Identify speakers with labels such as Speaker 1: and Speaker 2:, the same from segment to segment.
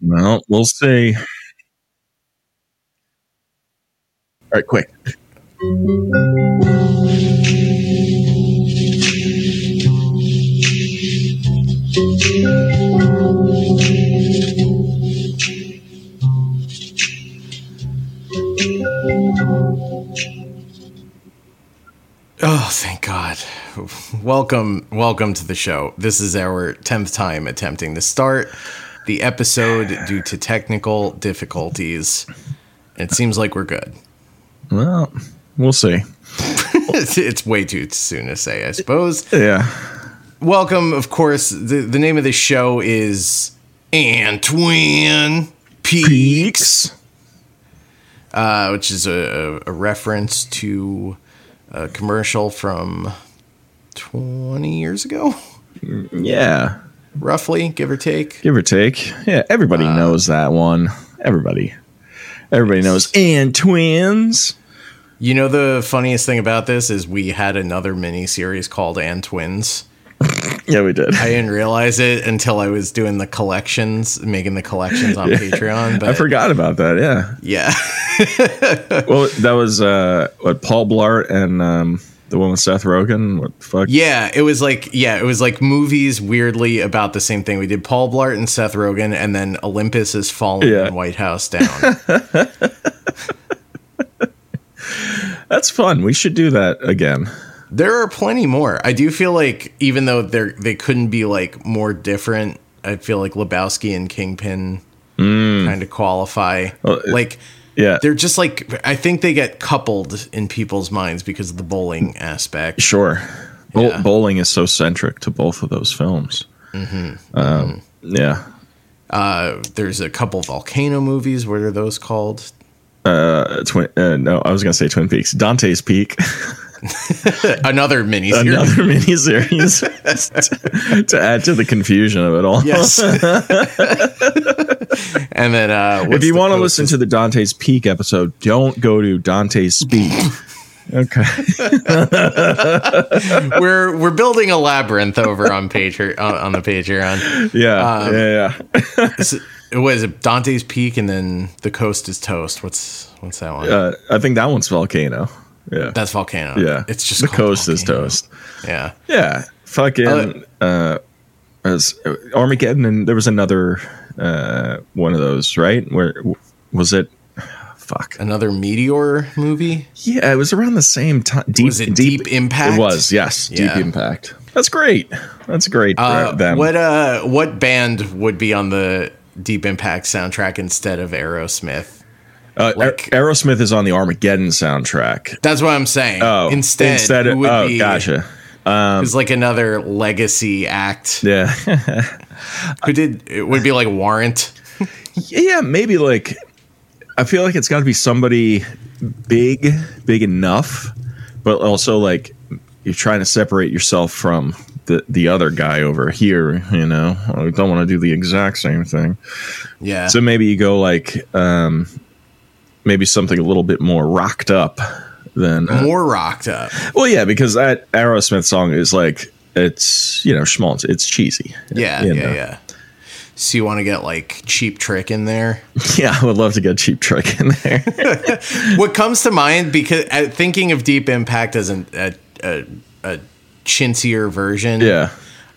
Speaker 1: Well, we'll see. All right, quick.
Speaker 2: Oh, thank God. Welcome, welcome to the show. This is our 10th time attempting to start the episode due to technical difficulties. It seems like we're good.
Speaker 1: Well, we'll see.
Speaker 2: it's, it's way too soon to say, I suppose.
Speaker 1: Yeah.
Speaker 2: Welcome, of course. The, the name of this show is Antwin Peaks, uh, which is a, a reference to a commercial from 20 years ago,
Speaker 1: Yeah.
Speaker 2: roughly, give or take.
Speaker 1: Give or take. Yeah. Everybody knows that one. Everybody. Everybody knows. And twins.
Speaker 2: You know, the funniest thing about this is we had another mini series called And Twins.
Speaker 1: Yeah, we did.
Speaker 2: I
Speaker 1: I,
Speaker 2: didn't realize it until I was doing the collections, making the collections on Patreon. But
Speaker 1: forgot about that. Yeah.
Speaker 2: yeah,
Speaker 1: Well, that was uh, what Paul Blart and um, the one with Seth Rogen. What the fuck?
Speaker 2: yeah, it was like yeah, it was like movies weirdly about the same thing. We did Paul Blart and Seth Rogen, and then Olympus is falling
Speaker 1: Yeah.
Speaker 2: and White House down.
Speaker 1: That's fun. We should do that again.
Speaker 2: there are plenty more. I do feel like even though they they couldn't be like more different, I feel like Lebowski and Kingpin kind of qualify.
Speaker 1: Mm. Well, it-
Speaker 2: like
Speaker 1: Yeah.
Speaker 2: they're just like I think they get coupled in people's minds because of the bowling aspect.
Speaker 1: Sure. Bowl
Speaker 2: Yeah.
Speaker 1: Bowling is so centric to both of those films.
Speaker 2: Mm-hmm.
Speaker 1: Um, Yeah.
Speaker 2: Uh, there's a couple volcano movies. What are those called?
Speaker 1: Uh, twin, uh, no, I was going to say Twin Peaks. Dante's Peak,
Speaker 2: Another mini
Speaker 1: another miniseries to, to add to the confusion of it all.
Speaker 2: Yes. and then uh,
Speaker 1: if
Speaker 2: what's
Speaker 1: you
Speaker 2: the
Speaker 1: want to
Speaker 2: coast-
Speaker 1: listen to the Dante's Peak episode, don't go to Dante's Speak. okay.
Speaker 2: we're we're building a labyrinth over on Patreon uh, on, on the Patreon.
Speaker 1: Yeah.
Speaker 2: Um,
Speaker 1: yeah. Yeah.
Speaker 2: This, what is it? Dante's Peak, and then the coast is toast. What's what's that one?
Speaker 1: Uh, I think that one's Volcano. Yeah.
Speaker 2: That's volcano.
Speaker 1: yeah.
Speaker 2: it's just
Speaker 1: the
Speaker 2: called
Speaker 1: coast is
Speaker 2: Volcano.
Speaker 1: toast.
Speaker 2: Yeah,
Speaker 1: Yeah, fucking uh, as uh, Armageddon, and there was another uh, one of those, right? Where w- was it? Fuck.
Speaker 2: another meteor movie.
Speaker 1: Yeah, it was around the same time. Deep,
Speaker 2: Was it Deep Impact?
Speaker 1: It was. Yes,
Speaker 2: Yeah.
Speaker 1: Deep Impact. That's great. That's great.
Speaker 2: Uh,
Speaker 1: for them.
Speaker 2: What uh, what band would be on the Deep Impact soundtrack instead of Aerosmith?
Speaker 1: Uh, Aer-
Speaker 2: like-
Speaker 1: Aerosmith is on the Armageddon soundtrack.
Speaker 2: That's what I'm saying.
Speaker 1: Oh,
Speaker 2: instead,
Speaker 1: instead
Speaker 2: who
Speaker 1: of,
Speaker 2: would
Speaker 1: oh,
Speaker 2: be,
Speaker 1: gotcha.
Speaker 2: who's like another legacy act
Speaker 1: Yeah,
Speaker 2: who did it would be like Warrant.
Speaker 1: yeah. Maybe like, I feel like it's got to be somebody big, big enough, but also like you're trying to separate yourself from the the other guy over here. You know, I don't want to do the exact same thing.
Speaker 2: Yeah,
Speaker 1: So maybe you go like, um, maybe something a little bit more rocked up than.
Speaker 2: more rocked up.
Speaker 1: Well, yeah, because that Aerosmith song is like it's you know schmaltz, it's cheesy.
Speaker 2: Yeah,
Speaker 1: You
Speaker 2: yeah,
Speaker 1: know.
Speaker 2: yeah. So you want to get like Cheap Trick in there?
Speaker 1: Yeah, I would love to get Cheap Trick in there.
Speaker 2: what comes to mind because uh, thinking of Deep Impact as an, a, a, a chintzier version.
Speaker 1: yeah.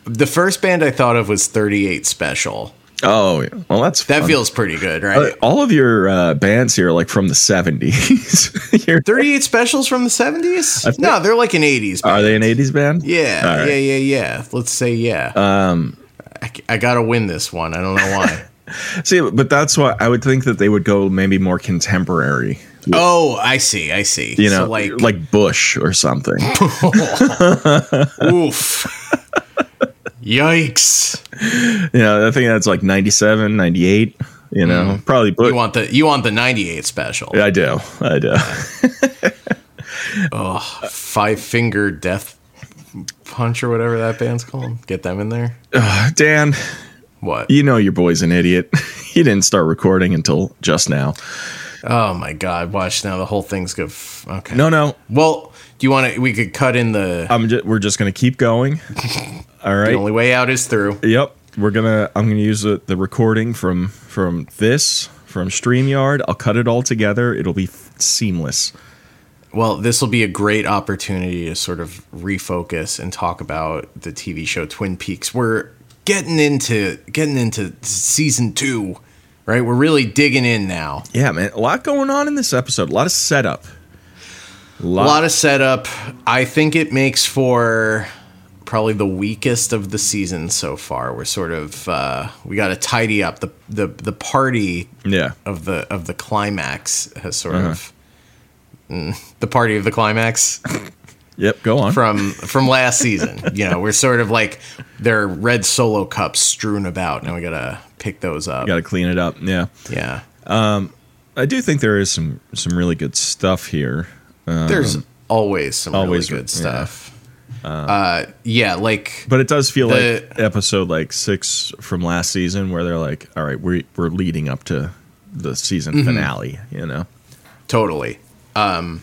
Speaker 2: the first band I thought of was Thirty Eight Special.
Speaker 1: Oh, yeah. well, that's
Speaker 2: That
Speaker 1: fun.
Speaker 2: feels pretty good, right?
Speaker 1: Uh, all of your uh, bands here are like from the 70s. You're-
Speaker 2: 38 specials from the 70s?
Speaker 1: I think-
Speaker 2: no, they're like an 80s.
Speaker 1: are they an 80s band?
Speaker 2: yeah,
Speaker 1: All right.
Speaker 2: yeah, yeah, yeah. Let's say yeah. Um, I, c- I gotta win this one. I don't know why.
Speaker 1: See, but that's why I would think that they would go maybe more contemporary.
Speaker 2: oh, I see, I see.
Speaker 1: You know,
Speaker 2: so
Speaker 1: like,
Speaker 2: like,
Speaker 1: like Bush or something.
Speaker 2: oof. Yikes!
Speaker 1: you know, I think that's like 97, 98, you know, probably Bush.
Speaker 2: Mm-hmm. You want the you want the '98 special?
Speaker 1: I do. I do.
Speaker 2: Uh-huh. Five Finger Death Punch or whatever that band's called. Get them in there.
Speaker 1: Dan,
Speaker 2: What?
Speaker 1: you know your boy's an idiot. he didn't start recording until just now.
Speaker 2: Oh my God! Watch now. The whole thing's good. Okay.
Speaker 1: No, Uh, no.
Speaker 2: Well, do you want to? We could cut in the.
Speaker 1: I'm ju- we're just going to keep going. All
Speaker 2: the
Speaker 1: right.
Speaker 2: only way out is through.
Speaker 1: Yep. we're gonna I'm gonna use the, the recording from from this from Streamyard. I'll cut it all together. It'll be f- seamless.
Speaker 2: Well, this will be a great opportunity to sort of refocus and talk about the TV show Twin Peaks. We're getting into getting into season two, right? We're really digging in now.
Speaker 1: Yeah, man, a lot going on in this episode. A lot of setup.
Speaker 2: A lot of setup. I think it makes for probably the weakest of the season so far. We're sort of uh, we got to tidy up the the the party
Speaker 1: yeah.
Speaker 2: of the of the climax has sort
Speaker 1: Mm-hmm.
Speaker 2: of Mm, the party of the climax
Speaker 1: Yep. Go on.
Speaker 2: from from last season. You know, we're sort of like there are red solo cups strewn about, and we gotta pick those up.
Speaker 1: Got to clean it up. Yeah.
Speaker 2: Yeah,
Speaker 1: I do think there is some some really good stuff here.
Speaker 2: there's always some
Speaker 1: Um, always,
Speaker 2: really good
Speaker 1: yeah.
Speaker 2: stuff. Uh, yeah, like
Speaker 1: But it does feel
Speaker 2: The-
Speaker 1: like episode like six from last season, where they're like, "All right, we're we're leading up to the season
Speaker 2: Mm-hmm.
Speaker 1: finale," you know.
Speaker 2: totally um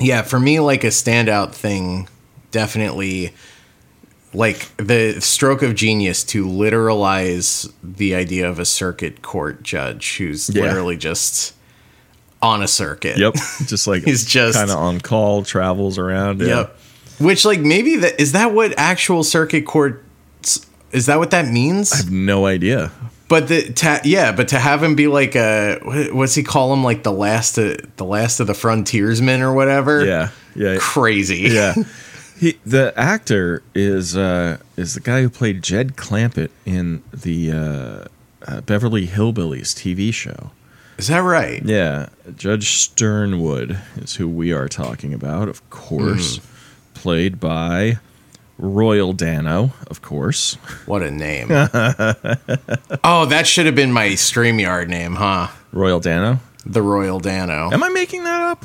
Speaker 2: yeah for me like a standout thing definitely like the stroke of genius to literalize the idea of a circuit court judge who's
Speaker 1: Yeah.
Speaker 2: literally just on a circuit
Speaker 1: Yep, just like
Speaker 2: He's just-
Speaker 1: kind of on call, travels around. yeah.
Speaker 2: yep which like maybe that is that what actual circuit courts is that what that means
Speaker 1: no idea.
Speaker 2: but the ta- yeah but to have him be like a what- what's he call him like the last of the last of the frontiersmen or whatever
Speaker 1: Yeah, yeah,
Speaker 2: crazy
Speaker 1: yeah. He, the actor is uh, is the guy who played Jed Clampett in the uh, uh, Beverly Hillbillies TV show.
Speaker 2: Is that right?
Speaker 1: Yeah, Judge Sternwood is who we are talking about, of course,
Speaker 2: Hmm.
Speaker 1: played by Royal Dano, of course.
Speaker 2: What a name. oh, that should have been my StreamYard name, huh?
Speaker 1: Royal Dano.
Speaker 2: The Royal Dano.
Speaker 1: Am I making that up?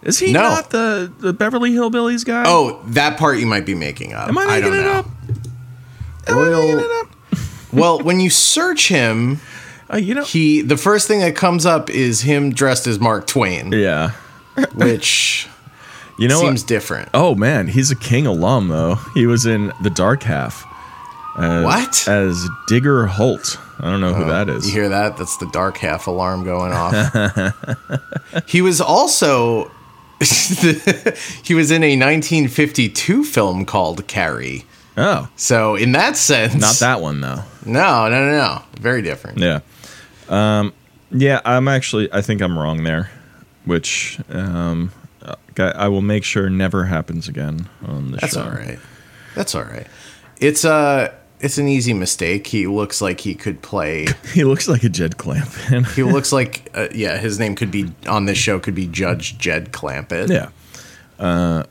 Speaker 1: Is he
Speaker 2: No.
Speaker 1: not the the Beverly Hillbillies guy?
Speaker 2: Oh, that part you might be making up.
Speaker 1: am I making
Speaker 2: don't
Speaker 1: it
Speaker 2: know.
Speaker 1: up? Am I making
Speaker 2: Royal,
Speaker 1: it up?
Speaker 2: well, when you search him,
Speaker 1: Uh, you know.
Speaker 2: he the first thing that comes up is him dressed as Mark Twain,
Speaker 1: yeah.
Speaker 2: which
Speaker 1: You know what?
Speaker 2: seems different.
Speaker 1: Oh man, he's a King alum though. He was in the Dark Half
Speaker 2: what?
Speaker 1: as Digger Holt. I don't know who Uh, that
Speaker 2: Oh, You
Speaker 1: is.
Speaker 2: hear that? That's the dark half alarm going off. he was also he was in a 1952 film called Carrie.
Speaker 1: Oh,
Speaker 2: So in that sense,
Speaker 1: not that one though.
Speaker 2: No, no, no, no. Very different.
Speaker 1: Yeah. Um, yeah, I'm actually, I think I'm wrong there, which um, uh, I will make sure never happens again on the
Speaker 2: That's
Speaker 1: show.
Speaker 2: all right. That's all right. It's a it's an easy mistake. He looks like he could play.
Speaker 1: He looks like a Jed Clamp. man.
Speaker 2: He looks like uh, yeah. His name could be on this show could be Judge Jed Clampett.
Speaker 1: yeah. Uh,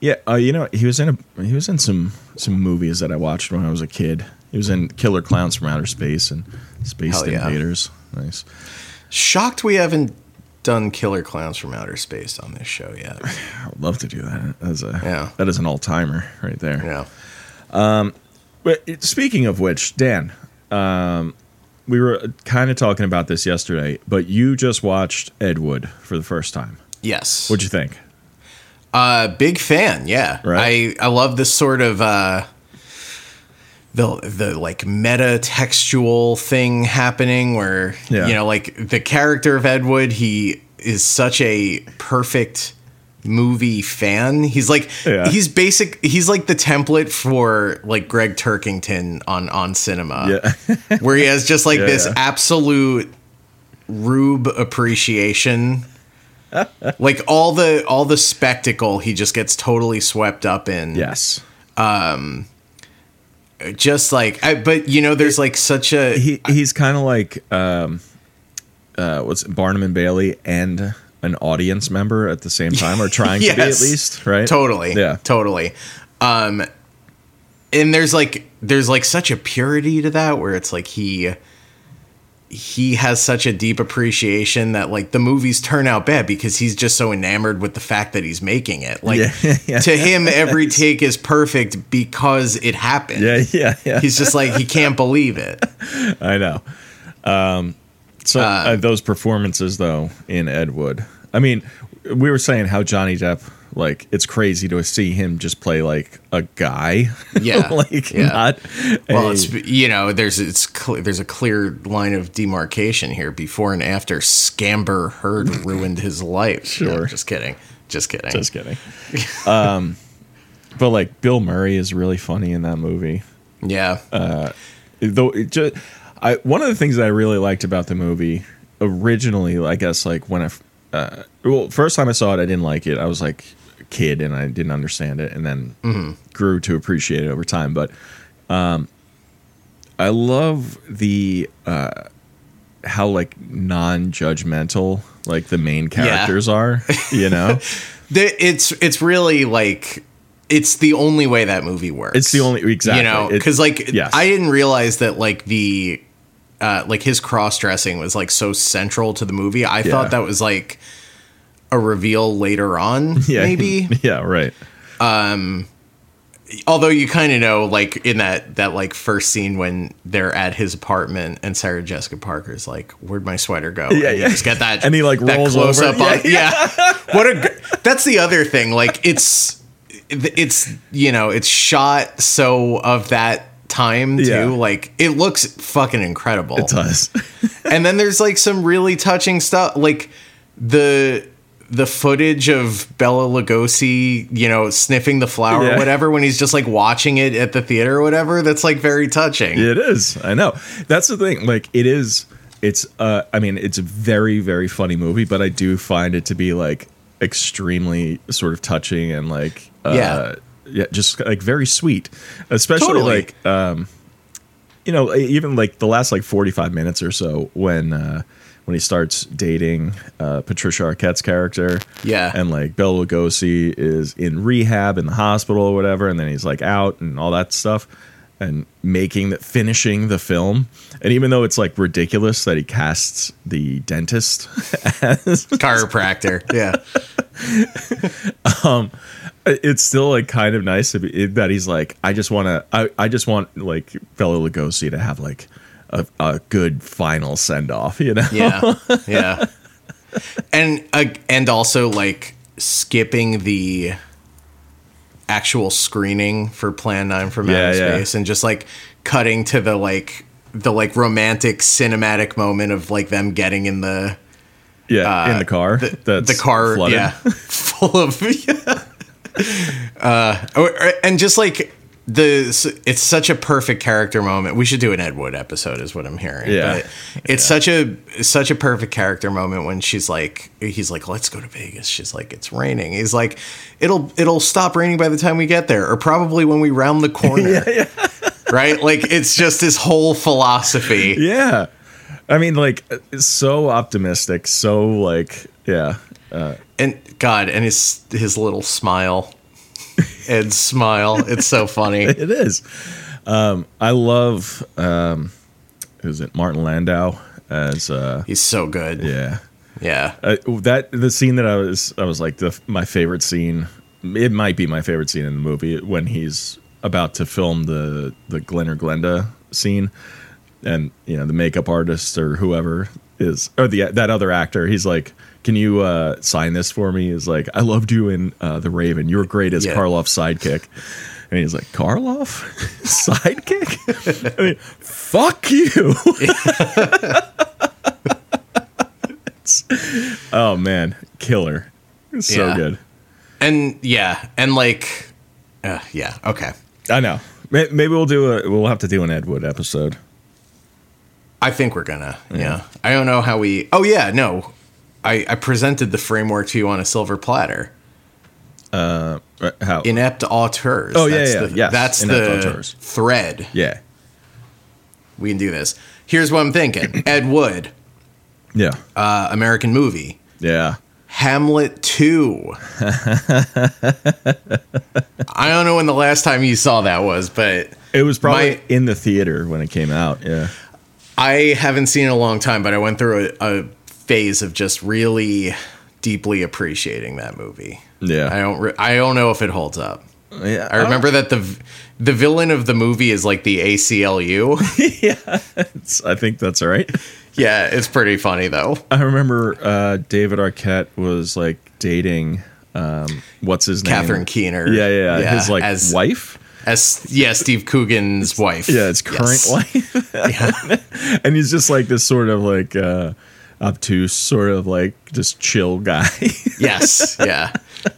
Speaker 1: yeah, uh, you know, he was in a he was in some some movies that I watched when I was a kid. He was in Killer Clowns from Outer Space and Space
Speaker 2: Hell yeah.
Speaker 1: Invaders. Nice.
Speaker 2: Shocked we haven't done Killer Clowns from Outer Space on this show yet.
Speaker 1: I would love to do that. As a
Speaker 2: Yeah.
Speaker 1: that is an all timer right there.
Speaker 2: Yeah.
Speaker 1: But it- speaking of which, Dan, um, we were kind of talking about this yesterday, but you just watched Ed Wood for the first time.
Speaker 2: Yes.
Speaker 1: What'd you think?
Speaker 2: Uh, big fan. Yeah,
Speaker 1: Right.
Speaker 2: I I love this sort of uh, the the like meta textual thing happening where
Speaker 1: Yeah.
Speaker 2: you know like the character of Ed Wood, he is such a perfect movie fan. He's like
Speaker 1: Yeah.
Speaker 2: he's basic. He's like the template for like Greg Turkington on on cinema
Speaker 1: Yeah,
Speaker 2: where he has just like
Speaker 1: Yeah,
Speaker 2: this
Speaker 1: yeah.
Speaker 2: absolute rube appreciation like all the all the spectacle he just gets totally swept up in
Speaker 1: yes.
Speaker 2: just like I, but you know there's like such a
Speaker 1: He he's kind of like um, uh, what's it, Barnum and Bailey and an audience member at the same time, or trying to be at
Speaker 2: Yes.
Speaker 1: least, right?
Speaker 2: totally
Speaker 1: Yeah.
Speaker 2: totally um and there's like there's like such a purity to that where it's like he he has such a deep appreciation that like the movies turn out bad because he's just so enamored with the fact that he's making it like
Speaker 1: Yeah, yeah.
Speaker 2: to him every take is perfect because it happened
Speaker 1: Yeah, yeah, yeah.
Speaker 2: he's just like he can't believe it
Speaker 1: I know. Um, so uh, those performances, though, in Ed Wood. I mean, we were saying how Johnny Depp Like it's crazy to see him just play like a guy.
Speaker 2: Yeah.
Speaker 1: like
Speaker 2: Yeah.
Speaker 1: not.
Speaker 2: Well,
Speaker 1: a-
Speaker 2: it's you know, there's it's cle there's a clear line of demarcation here before and after Scamber Heard ruined his life. No,
Speaker 1: Sure.
Speaker 2: just kidding. Just kidding.
Speaker 1: just kidding. um, but like Bill Murray is really funny in that movie.
Speaker 2: yeah.
Speaker 1: Uh. though it just I one of the things that I really liked about the movie originally, I guess like when I f- uh, well first time I saw it, I didn't like it. I was like a kid and I didn't understand it, and then
Speaker 2: Mm-hmm.
Speaker 1: grew to appreciate it over time. But um, I love the uh, how like non-judgmental like the main characters are. You know,
Speaker 2: The- it's it's really like it's the only way that movie works.
Speaker 1: It's the only- exactly.
Speaker 2: You know,
Speaker 1: It-
Speaker 2: because like
Speaker 1: yes.
Speaker 2: I didn't realize that like the uh, like his cross dressing was like so central to the movie. I
Speaker 1: Yeah.
Speaker 2: thought that was like a reveal later on,
Speaker 1: yeah,
Speaker 2: maybe.
Speaker 1: yeah, right.
Speaker 2: Although you kind of know, like in that that like first scene when they're at his apartment and Sarah Jessica Parker's like, "Where'd my sweater go?"
Speaker 1: Yeah,
Speaker 2: and you
Speaker 1: yeah.
Speaker 2: Just got that,
Speaker 1: And he, like,
Speaker 2: that
Speaker 1: rolls
Speaker 2: close
Speaker 1: over.
Speaker 2: up on,
Speaker 1: Yeah,
Speaker 2: yeah. what a gr- that's the other thing. Like it's it's you know it's shot so of that time too.
Speaker 1: Yeah.
Speaker 2: Like it looks fucking incredible
Speaker 1: It does.
Speaker 2: and then there's like some really touching stuff like the the footage of Bella Lugosi, you know, sniffing the flower
Speaker 1: Yeah.
Speaker 2: or whatever when he's just like watching it at the theater or whatever, that's like very touching.
Speaker 1: It is. I know. That's the thing. Like it is. It's. Uh. I mean, it's a very very funny movie, but I do find it to be like extremely sort of touching and like. Uh,
Speaker 2: Yeah.
Speaker 1: Yeah. Just like very sweet, especially
Speaker 2: Totally.
Speaker 1: like. Um. You know, e, even like the last like forty five minutes or so when. uh when he starts dating uh, Patricia Arquette's character,
Speaker 2: Yeah.
Speaker 1: and like Bela Lugosi is in rehab in the hospital or whatever, and then he's like out and all that stuff, and making that finishing the film. And even though it's like ridiculous that he casts the dentist as,
Speaker 2: Chiropractor. yeah.
Speaker 1: it's still like kind of nice to be, it- that he's like, I just want to, I, I just want like Bela Lugosi to have like a, a good final send off, you know?
Speaker 2: Yeah. Yeah. And uh, and also like skipping the actual screening for Plan 9 from
Speaker 1: Yeah,
Speaker 2: Outer
Speaker 1: yeah.
Speaker 2: Space and just like cutting to the like the like romantic cinematic moment of like them getting in the
Speaker 1: Yeah, in the car.
Speaker 2: Uh, the,
Speaker 1: that's
Speaker 2: the car
Speaker 1: flooded.
Speaker 2: yeah full of uh or- or- er, and just like the it's such a perfect character moment we should do an ed wood episode is what i'm hearing
Speaker 1: Yeah.
Speaker 2: it's such a such a perfect character moment when she's like he's like let's go to vegas she's like it's raining he's like it'll it'll stop raining by the time we get there or probably when we round the corner right like it's just this whole philosophy
Speaker 1: Yeah. I mean, like, so optimistic, so like, yeah.
Speaker 2: and God, and his his little smile, Ed's smile. It's so funny.
Speaker 1: it is. Um, I love um, who's it? Martin Landau as uh,
Speaker 2: He's so good. Yeah.
Speaker 1: yeah. Uh, that the scene that I was I was like the my favorite scene. It might be my favorite scene in the movie when he's about to film the the Glenn or Glenda scene, and you know the makeup artist or whoever is or the that other actor. He's like. Can you uh, sign this for me? Is like I loved you in uh, the Raven. You were great as
Speaker 2: Yeah.
Speaker 1: Karloff's sidekick, and he's like Karloff sidekick. I mean, fuck you. oh man, killer, so
Speaker 2: Yeah.
Speaker 1: good.
Speaker 2: and yeah, and like, uh, yeah. Okay,
Speaker 1: I know. May- Maybe we'll do a. We'll have to do an Ed Wood episode.
Speaker 2: I think we're gonna. Yeah. I don't know how we. Oh yeah, no. I I presented the framework to you on a silver platter.
Speaker 1: Uh, How?
Speaker 2: Inept auteurs.
Speaker 1: Oh, yeah,
Speaker 2: that's
Speaker 1: yeah,
Speaker 2: The,
Speaker 1: yes,
Speaker 2: That's
Speaker 1: inept
Speaker 2: the
Speaker 1: auteurs.
Speaker 2: thread.
Speaker 1: yeah,
Speaker 2: We can do this. Here's what I'm thinking. Ed Wood,
Speaker 1: yeah,
Speaker 2: uh, American movie.
Speaker 1: yeah.
Speaker 2: Hamlet 2. I don't know when the last time you saw that was, but
Speaker 1: It was probably
Speaker 2: My-
Speaker 1: in the theater when it came out. Yeah,
Speaker 2: I haven't seen it in a long time, but I went through a, a phase of just really deeply appreciating that movie. I
Speaker 1: yeah. Oh.
Speaker 2: don't re- I don't know if it holds up.
Speaker 1: yeah.
Speaker 2: I remember that the v- the villain of the movie is like the ACLU.
Speaker 1: It's- I think that's all right.
Speaker 2: yeah, it's pretty funny though.
Speaker 1: I remember uh, David Arquette was like dating what's his
Speaker 2: Catherine
Speaker 1: name?
Speaker 2: Keener.
Speaker 1: Yeah, yeah, yeah. His like
Speaker 2: as,
Speaker 1: wife.
Speaker 2: As yeah, Steve Coogan's wife.
Speaker 1: Yeah, it's current
Speaker 2: Yes.
Speaker 1: wife.
Speaker 2: Yeah.
Speaker 1: and he's just like this sort of like uh obtuse sort of like just chill guy
Speaker 2: yes. Yeah.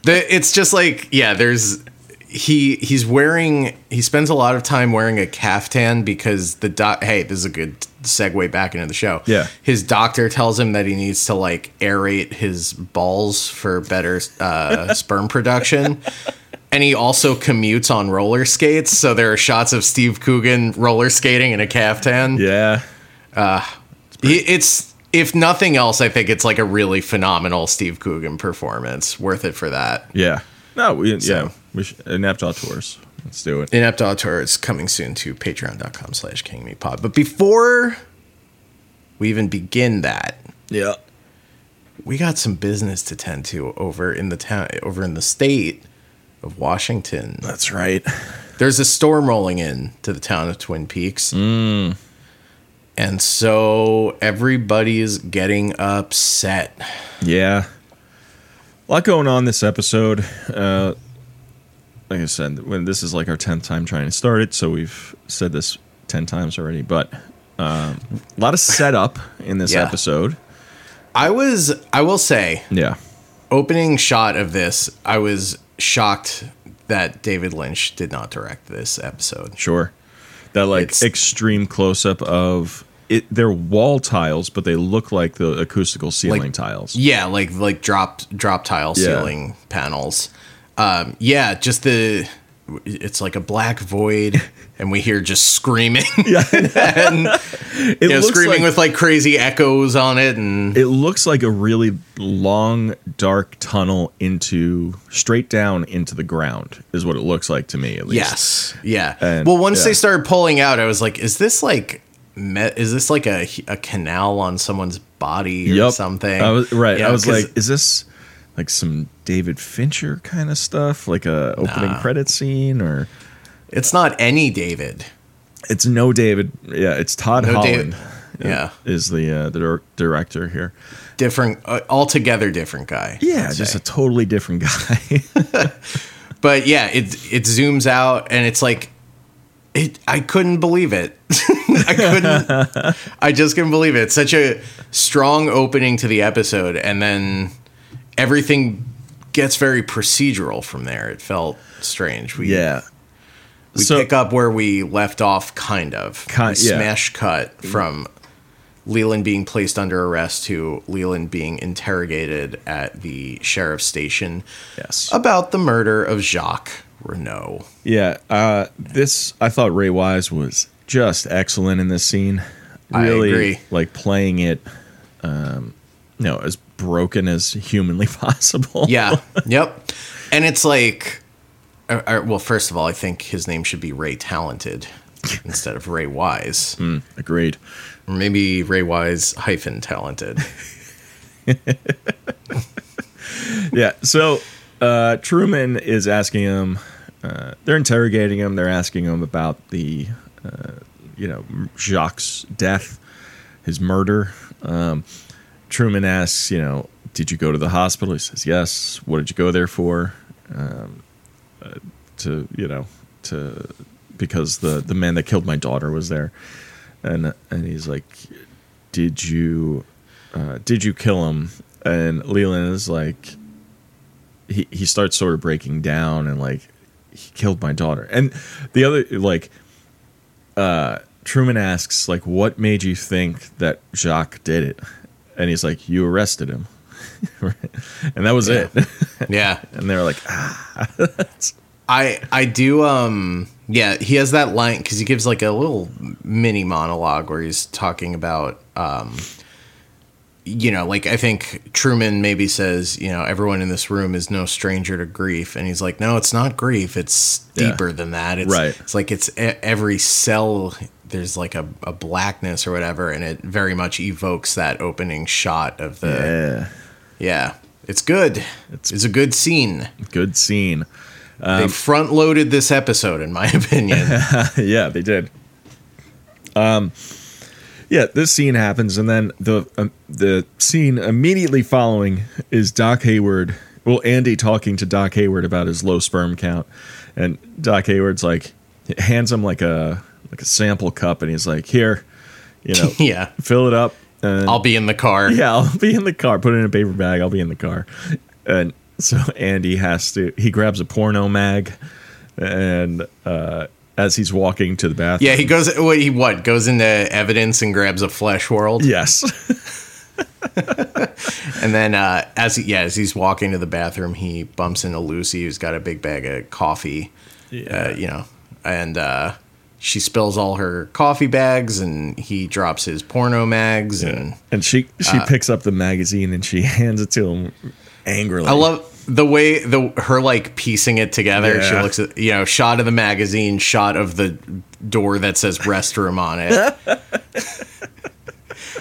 Speaker 2: The, it's just like yeah. There's he he's wearing he spends a lot of time wearing a caftan because the doc. Hey, this is a good segue back into the show.
Speaker 1: Yeah.
Speaker 2: His doctor tells him that he needs to like aerate his balls for better uh, sperm production. And he also commutes on roller skates, so there are shots of Steve Coogan roller skating in a caftan.
Speaker 1: yeah
Speaker 2: He- It's if nothing else, I think it's like a really phenomenal Steve Coogan performance. Worth it for that.
Speaker 1: yeah no we yeah
Speaker 2: So-
Speaker 1: we should inept auteurs let's do it
Speaker 2: Inept Auteur is coming soon to patreon.com slash kingmeatpod. But before we even begin that,
Speaker 1: yeah
Speaker 2: we got some business to tend to over in the town over in the state of Washington.
Speaker 1: that's right
Speaker 2: There's a storm rolling in to the town of Twin Peaks. And so everybody is getting upset.
Speaker 1: yeah a lot going on this episode uh like i said when this is like our 10th time trying to start it so we've said this 10 times already but um a lot of setup in this
Speaker 2: Yeah.
Speaker 1: episode
Speaker 2: I was I will say
Speaker 1: yeah
Speaker 2: opening shot of this, I was shocked that David Lynch did not direct this episode.
Speaker 1: Sure. That like
Speaker 2: It's-
Speaker 1: extreme close up of it they're wall tiles, but they look like the acoustical ceiling
Speaker 2: Like-
Speaker 1: tiles.
Speaker 2: Yeah, like like drop drop tile
Speaker 1: Yeah.
Speaker 2: ceiling panels. Um, yeah, just the it's like a black void, and we hear just screaming,
Speaker 1: Yeah.
Speaker 2: and
Speaker 1: It
Speaker 2: you know,
Speaker 1: looks
Speaker 2: screaming
Speaker 1: like,
Speaker 2: with like crazy echoes on it, and
Speaker 1: it looks like a really long, dark tunnel into straight down into the ground is what it looks like to me at least.
Speaker 2: yes, yeah.
Speaker 1: And-
Speaker 2: well, once
Speaker 1: yeah.
Speaker 2: they started pulling out, I was like, is this like me- is this like a a canal on someone's body or
Speaker 1: Yep.
Speaker 2: something?
Speaker 1: I was right.
Speaker 2: You know,
Speaker 1: I was
Speaker 2: 'cause-
Speaker 1: like, is this like some David Fincher kind of stuff? Like a opening credit scene or
Speaker 2: It's not any David.
Speaker 1: it's no David yeah, it's Todd
Speaker 2: No
Speaker 1: Holland.
Speaker 2: David. Yeah.
Speaker 1: Is the uh, the dir- director here?
Speaker 2: Different, uh, altogether different guy.
Speaker 1: Yeah,
Speaker 2: I'd
Speaker 1: just
Speaker 2: say.
Speaker 1: a totally different guy.
Speaker 2: but yeah, it it zooms out and it's like, it. I couldn't believe it. I couldn't. I just couldn't believe it. It's such a strong opening to the episode, and then everything gets very procedural from there. It felt strange. We
Speaker 1: yeah.
Speaker 2: we
Speaker 1: so-
Speaker 2: pick up where we left off, kind of.
Speaker 1: Ki-
Speaker 2: We
Speaker 1: yeah.
Speaker 2: Smash cut from Leland being placed under arrest to Leland being interrogated at the sheriff's station
Speaker 1: Yes.
Speaker 2: about the murder of Jacques Renault.
Speaker 1: yeah. Uh, this I thought Ray Wise was just excellent in this scene.
Speaker 2: I
Speaker 1: Really,
Speaker 2: agree.
Speaker 1: like playing it, um, you know, as broken as humanly possible.
Speaker 2: Yeah. yep. And it's like, uh, uh, well, first of all, I think his name should be Ray Talented instead of Ray Wise,
Speaker 1: Agreed.
Speaker 2: or maybe Ray Wise hyphen talented.
Speaker 1: Yeah. So uh, Truman is asking him. Uh, they're interrogating him. They're asking him about the, uh, you know, Jacques' death, his murder. Um, Truman asks, you know, did you go to the hospital? He says, yes. What did you go there for? Um, uh, to you know, to because the the man that killed my daughter was there, and and he's like, did you uh, did you kill him? And Leland is like, he, he starts sort of breaking down and like, he killed my daughter. And the other, like, uh, Truman asks, like, what made you think that Jacques did it? And he's like, you arrested him. and that was
Speaker 2: Yeah.
Speaker 1: it.
Speaker 2: yeah.
Speaker 1: and they're like, ah,
Speaker 2: I I do um yeah he has that line because he gives like a little mini monologue where he's talking about um you know like I think Truman maybe says you know everyone in this room is no stranger to grief and he's like no it's not grief it's
Speaker 1: Yeah.
Speaker 2: deeper than that it's
Speaker 1: Right.
Speaker 2: it's like it's e- every cell there's like a, a blackness or whatever and it very much evokes that opening shot of
Speaker 1: yeah,
Speaker 2: the yeah, it's good
Speaker 1: It's-
Speaker 2: it's a good scene
Speaker 1: good scene. Um,
Speaker 2: they front loaded this episode, in my opinion.
Speaker 1: yeah, they did. Um, yeah, this scene happens, and then the um, the scene immediately following is Doc Hayward well, Andy talking to Doc Hayward about his low sperm count, and Doc Hayward's like hands him like a like a sample cup, and he's like, "Here, you know,
Speaker 2: yeah.
Speaker 1: fill it up." And
Speaker 2: I'll be in the car.
Speaker 1: yeah, I'll be in the car. Put it in a paper bag. I'll be in the car. And so Andy has to. He grabs a porno mag, and uh, as he's walking to the bathroom,
Speaker 2: Yeah, he goes. What he what goes into evidence and grabs a flesh world,
Speaker 1: yes,
Speaker 2: and then uh, as he, yeah, as he's walking to the bathroom, he bumps into Lucy, who's got a big bag of coffee.
Speaker 1: Yeah.
Speaker 2: uh, you know, and uh, she spills all her coffee bags, and he drops his porno mags, and
Speaker 1: and she she
Speaker 2: Uh,
Speaker 1: picks up the magazine and she hands it to him angrily.
Speaker 2: I love the way the her like piecing it together. She
Speaker 1: Yeah.
Speaker 2: looks at you know shot of the magazine, shot of the door that says restroom on it.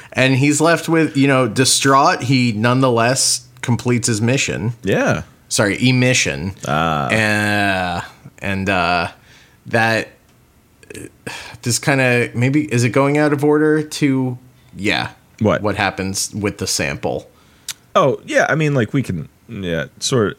Speaker 2: and he's left with, you know, distraught, he nonetheless completes his mission.
Speaker 1: yeah.
Speaker 2: Sorry, emission. Uh, and and uh that uh, this kind of maybe is it going out of order to yeah.
Speaker 1: What?
Speaker 2: what happens with the sample?
Speaker 1: Oh yeah. I mean, like we can yeah sort of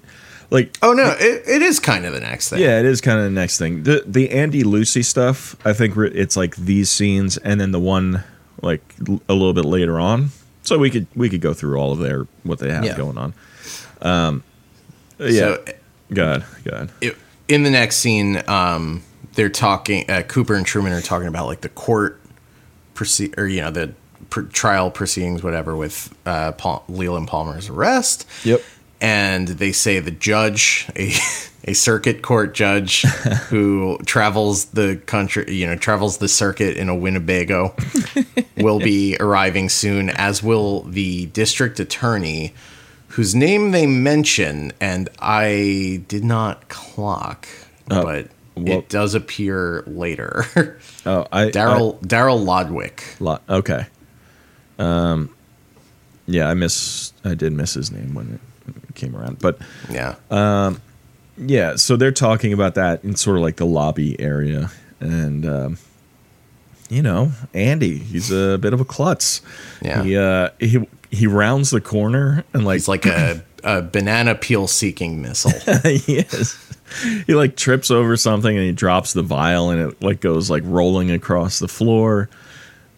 Speaker 1: like
Speaker 2: Oh no, it, it is kind of the next thing.
Speaker 1: Yeah, it is kind of the next thing. The the Andy Lucy stuff. I think re- it's like these scenes, and then the one like l- a little bit later on. So we could we could go through all of their what they have
Speaker 2: Yeah.
Speaker 1: going on. Um, yeah.
Speaker 2: So
Speaker 1: God, God.
Speaker 2: it, in the next scene, um, they're talking. Uh, Cooper and Truman are talking about like the court proceed or you know the pr- trial proceedings, whatever, with uh, Paul- Leland Palmer's arrest.
Speaker 1: Yep.
Speaker 2: And they say the judge, a, a circuit court judge who travels the country, you know, travels the circuit in a Winnebago, will be arriving soon, as will the district attorney, whose name they mention, and I did not clock, but
Speaker 1: Oh, well-
Speaker 2: it does appear later.
Speaker 1: Oh, I
Speaker 2: Daryl Daryl Lodwick.
Speaker 1: I- Lo- okay. Um. Yeah, I miss. I did miss his name when it- when it came around, but
Speaker 2: Yeah.
Speaker 1: Uh, Yeah, so they're talking about that in sort of like the lobby area, and um, you know, Andy, he's a bit of a klutz.
Speaker 2: Yeah.
Speaker 1: he uh, he he rounds the corner and like
Speaker 2: He's like a, a banana peel seeking missile.
Speaker 1: he is. He like trips over something and he drops the vial and it like goes like rolling across the floor.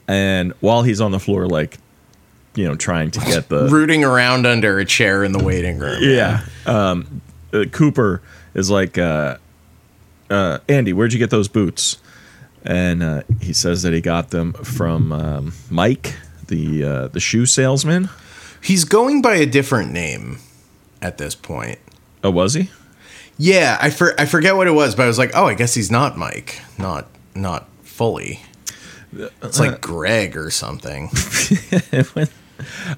Speaker 1: And while he's on the floor, like you know, trying to get the
Speaker 2: Rooting around under a chair in the waiting room.
Speaker 1: Yeah. Um, uh, Cooper is like, uh, uh, Andy, where'd you get those boots? And uh, he says that he got them from um, Mike, the uh, the shoe salesman.
Speaker 2: He's going by a different name at this point.
Speaker 1: Oh, was he?
Speaker 2: Yeah, I for, I forget what it was, but I was like, oh, I guess he's not Mike. Not not fully. It's
Speaker 1: Uh-huh.
Speaker 2: like Greg or something.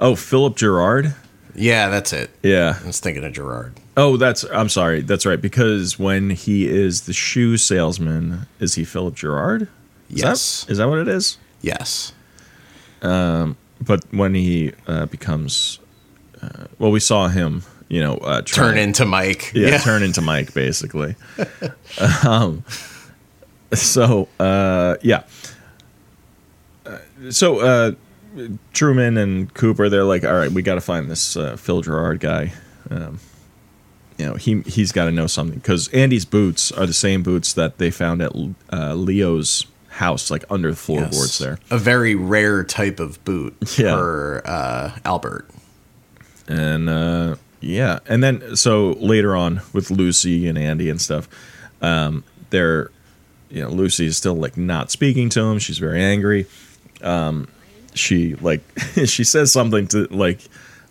Speaker 1: Oh, Philip Gerard.
Speaker 2: Yeah, that's it.
Speaker 1: Yeah.
Speaker 2: I was thinking of Gerard.
Speaker 1: Oh, that's. I'm sorry. That's right. Because when he is the shoe salesman, is he Philip Gerard? Is
Speaker 2: Yes.
Speaker 1: That, is that what it is?
Speaker 2: Yes.
Speaker 1: But when he uh, becomes, uh, well, we saw him. You know, uh,
Speaker 2: Turn
Speaker 1: trying-
Speaker 2: into Mike.
Speaker 1: yeah, turn into Mike basically. um, so uh, yeah, Uh, so uh, Truman and Cooper, they're like, all right, we got to find this uh, Phil Gerard guy. Um, you know, he he's got to know something because Andy's boots are the same boots that they found at uh, Leo's house, like under the
Speaker 2: Yes.
Speaker 1: floorboards there.
Speaker 2: A very rare type of boot
Speaker 1: Yeah.
Speaker 2: for uh, Albert.
Speaker 1: and uh, yeah, and then so later on with Lucy and Andy and stuff, um, they're you know Lucy is still like not speaking to him. She's very angry. Um, she like she says something to like,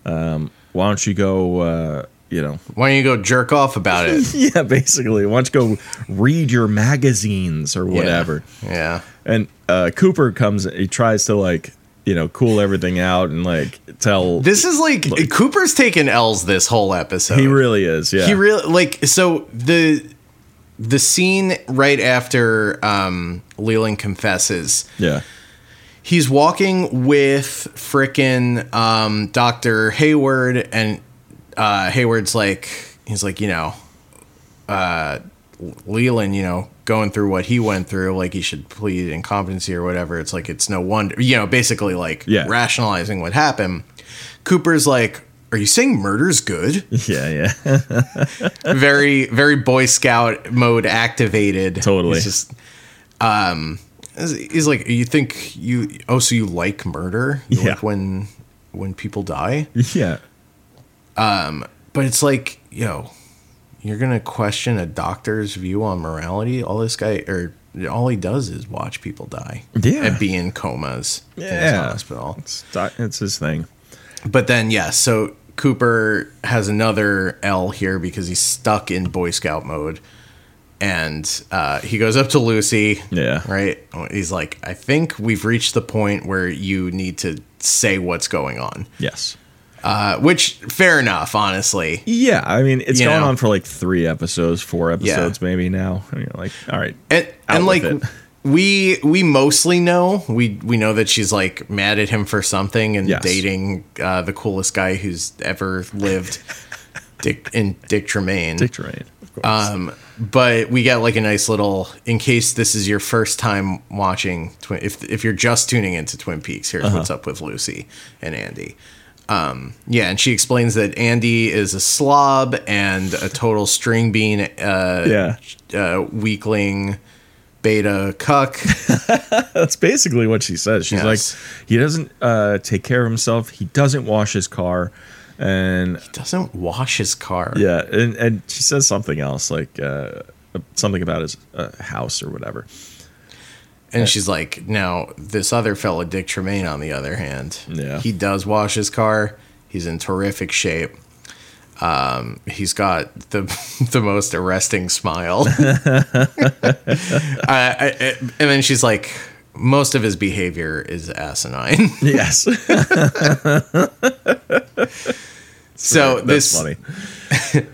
Speaker 1: um, why don't you go? Uh, you know,
Speaker 2: Why don't you go jerk off about it?
Speaker 1: yeah, basically, why don't you go read your magazines or whatever?
Speaker 2: Yeah.
Speaker 1: And uh, Cooper comes. He tries to like you know cool everything out and like tell.
Speaker 2: This is like Cooper's taken L's this whole episode.
Speaker 1: he really is. Yeah.
Speaker 2: He really like so the the scene right after um Leland confesses.
Speaker 1: yeah.
Speaker 2: He's walking with frickin' um Dr. Hayward and uh Hayward's like he's like, you know, uh Leland, you know, going through what he went through, like he should plead incompetency or whatever. It's like it's no wonder, you know, basically like
Speaker 1: Yeah.
Speaker 2: rationalizing what happened. Cooper's like, Are you saying murder's good?
Speaker 1: Yeah, yeah.
Speaker 2: very, very Boy Scout mode activated.
Speaker 1: Totally.
Speaker 2: He's just, um, he's like, you think you? Oh, so you like murder? You
Speaker 1: Yeah.
Speaker 2: Like when when people die?
Speaker 1: yeah.
Speaker 2: But it's like, yo, you're gonna question a doctor's view on morality. All this guy, or all he does is watch people die.
Speaker 1: Yeah.
Speaker 2: And be in comas. In his
Speaker 1: Yeah.
Speaker 2: hospital.
Speaker 1: It's, doc- it's his thing.
Speaker 2: But then, yeah, so Cooper has another L here because he's stuck in Boy Scout mode. And uh, he goes up to Lucy.
Speaker 1: Yeah.
Speaker 2: Right? He's like, I think we've reached the point where you need to say what's going on.
Speaker 1: Yes.
Speaker 2: Uh, which, fair enough, honestly.
Speaker 1: Yeah, I mean, it's
Speaker 2: You
Speaker 1: gone
Speaker 2: know.
Speaker 1: on for like three episodes, four episodes maybe now. And you're like, all right.
Speaker 2: and,
Speaker 1: Out
Speaker 2: and
Speaker 1: with
Speaker 2: like
Speaker 1: it.
Speaker 2: we we mostly know we we know that she's like mad at him for something and
Speaker 1: Yes.
Speaker 2: dating uh, the coolest guy who's ever lived dick in dick tremaine
Speaker 1: Dick Terrain, of course.
Speaker 2: um but we get like a nice little in case this is your first time watching twin if if you're just tuning into twin peaks here's what's up with lucy and andy um yeah and she explains that andy is a slob and a total string bean uh
Speaker 1: yeah.
Speaker 2: uh, weakling beta cuck.
Speaker 1: That's basically what she says. She's
Speaker 2: Yes.
Speaker 1: like, he doesn't uh, take care of himself. He doesn't wash his car, and
Speaker 2: Doesn't wash his car.
Speaker 1: yeah, and, and she says something else like uh, something about his uh, house or whatever.
Speaker 2: And she's like, now, this other fella, Dick Tremaine, on the other hand,
Speaker 1: Yeah.
Speaker 2: he does wash his car. He's in terrific shape. Um, he's got the the most arresting smile. I, I, I- and then she's like, most of his behavior is asinine.
Speaker 1: Yes, that's
Speaker 2: so this
Speaker 1: funny.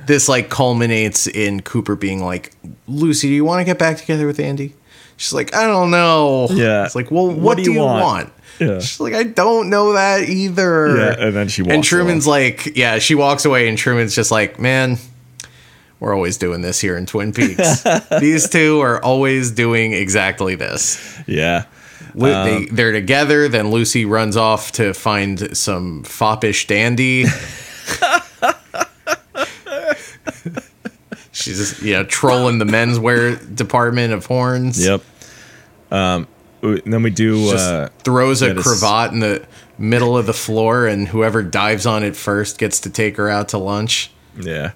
Speaker 2: this like culminates in Cooper being like, "Lucy, do you want to get back together with Andy?" She's like, "I don't know."
Speaker 1: Yeah.
Speaker 2: It's like, "Well, what, do you want?"
Speaker 1: Yeah.
Speaker 2: She's like, "I don't know that either."
Speaker 1: Yeah, and then she walks
Speaker 2: and Truman's like, "Yeah." She walks away, and Truman's just like, "Man, we're always doing this here in Twin Peaks. These two are always doing exactly this.
Speaker 1: Yeah,
Speaker 2: Lu-
Speaker 1: Um,
Speaker 2: they, they're together. Then Lucy runs off to find some foppish dandy." She's just, you know, trolling the menswear department of horns.
Speaker 1: yep. Um, and then we do.
Speaker 2: Just
Speaker 1: uh,
Speaker 2: throws a
Speaker 1: that is-
Speaker 2: cravat in the middle of the floor, and whoever dives on it first gets to take her out to lunch.
Speaker 1: yeah.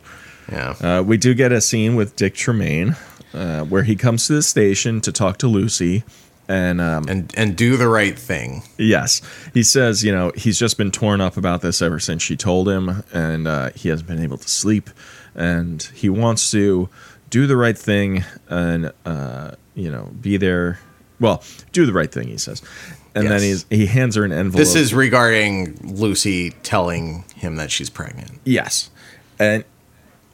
Speaker 2: Yeah.
Speaker 1: Uh, we do get a scene with Dick Tremaine uh, where he comes to the station to talk to Lucy. And um,
Speaker 2: and and do the right thing.
Speaker 1: yes, he says, you know, he's just been torn up about this ever since she told him, and uh, he hasn't been able to sleep. And he wants to do the right thing and, uh, you know, be there. Well, do the right thing, he says. And then he's,
Speaker 2: Yes.
Speaker 1: he hands her an envelope.
Speaker 2: This is regarding Lucy telling him that she's pregnant.
Speaker 1: Yes. And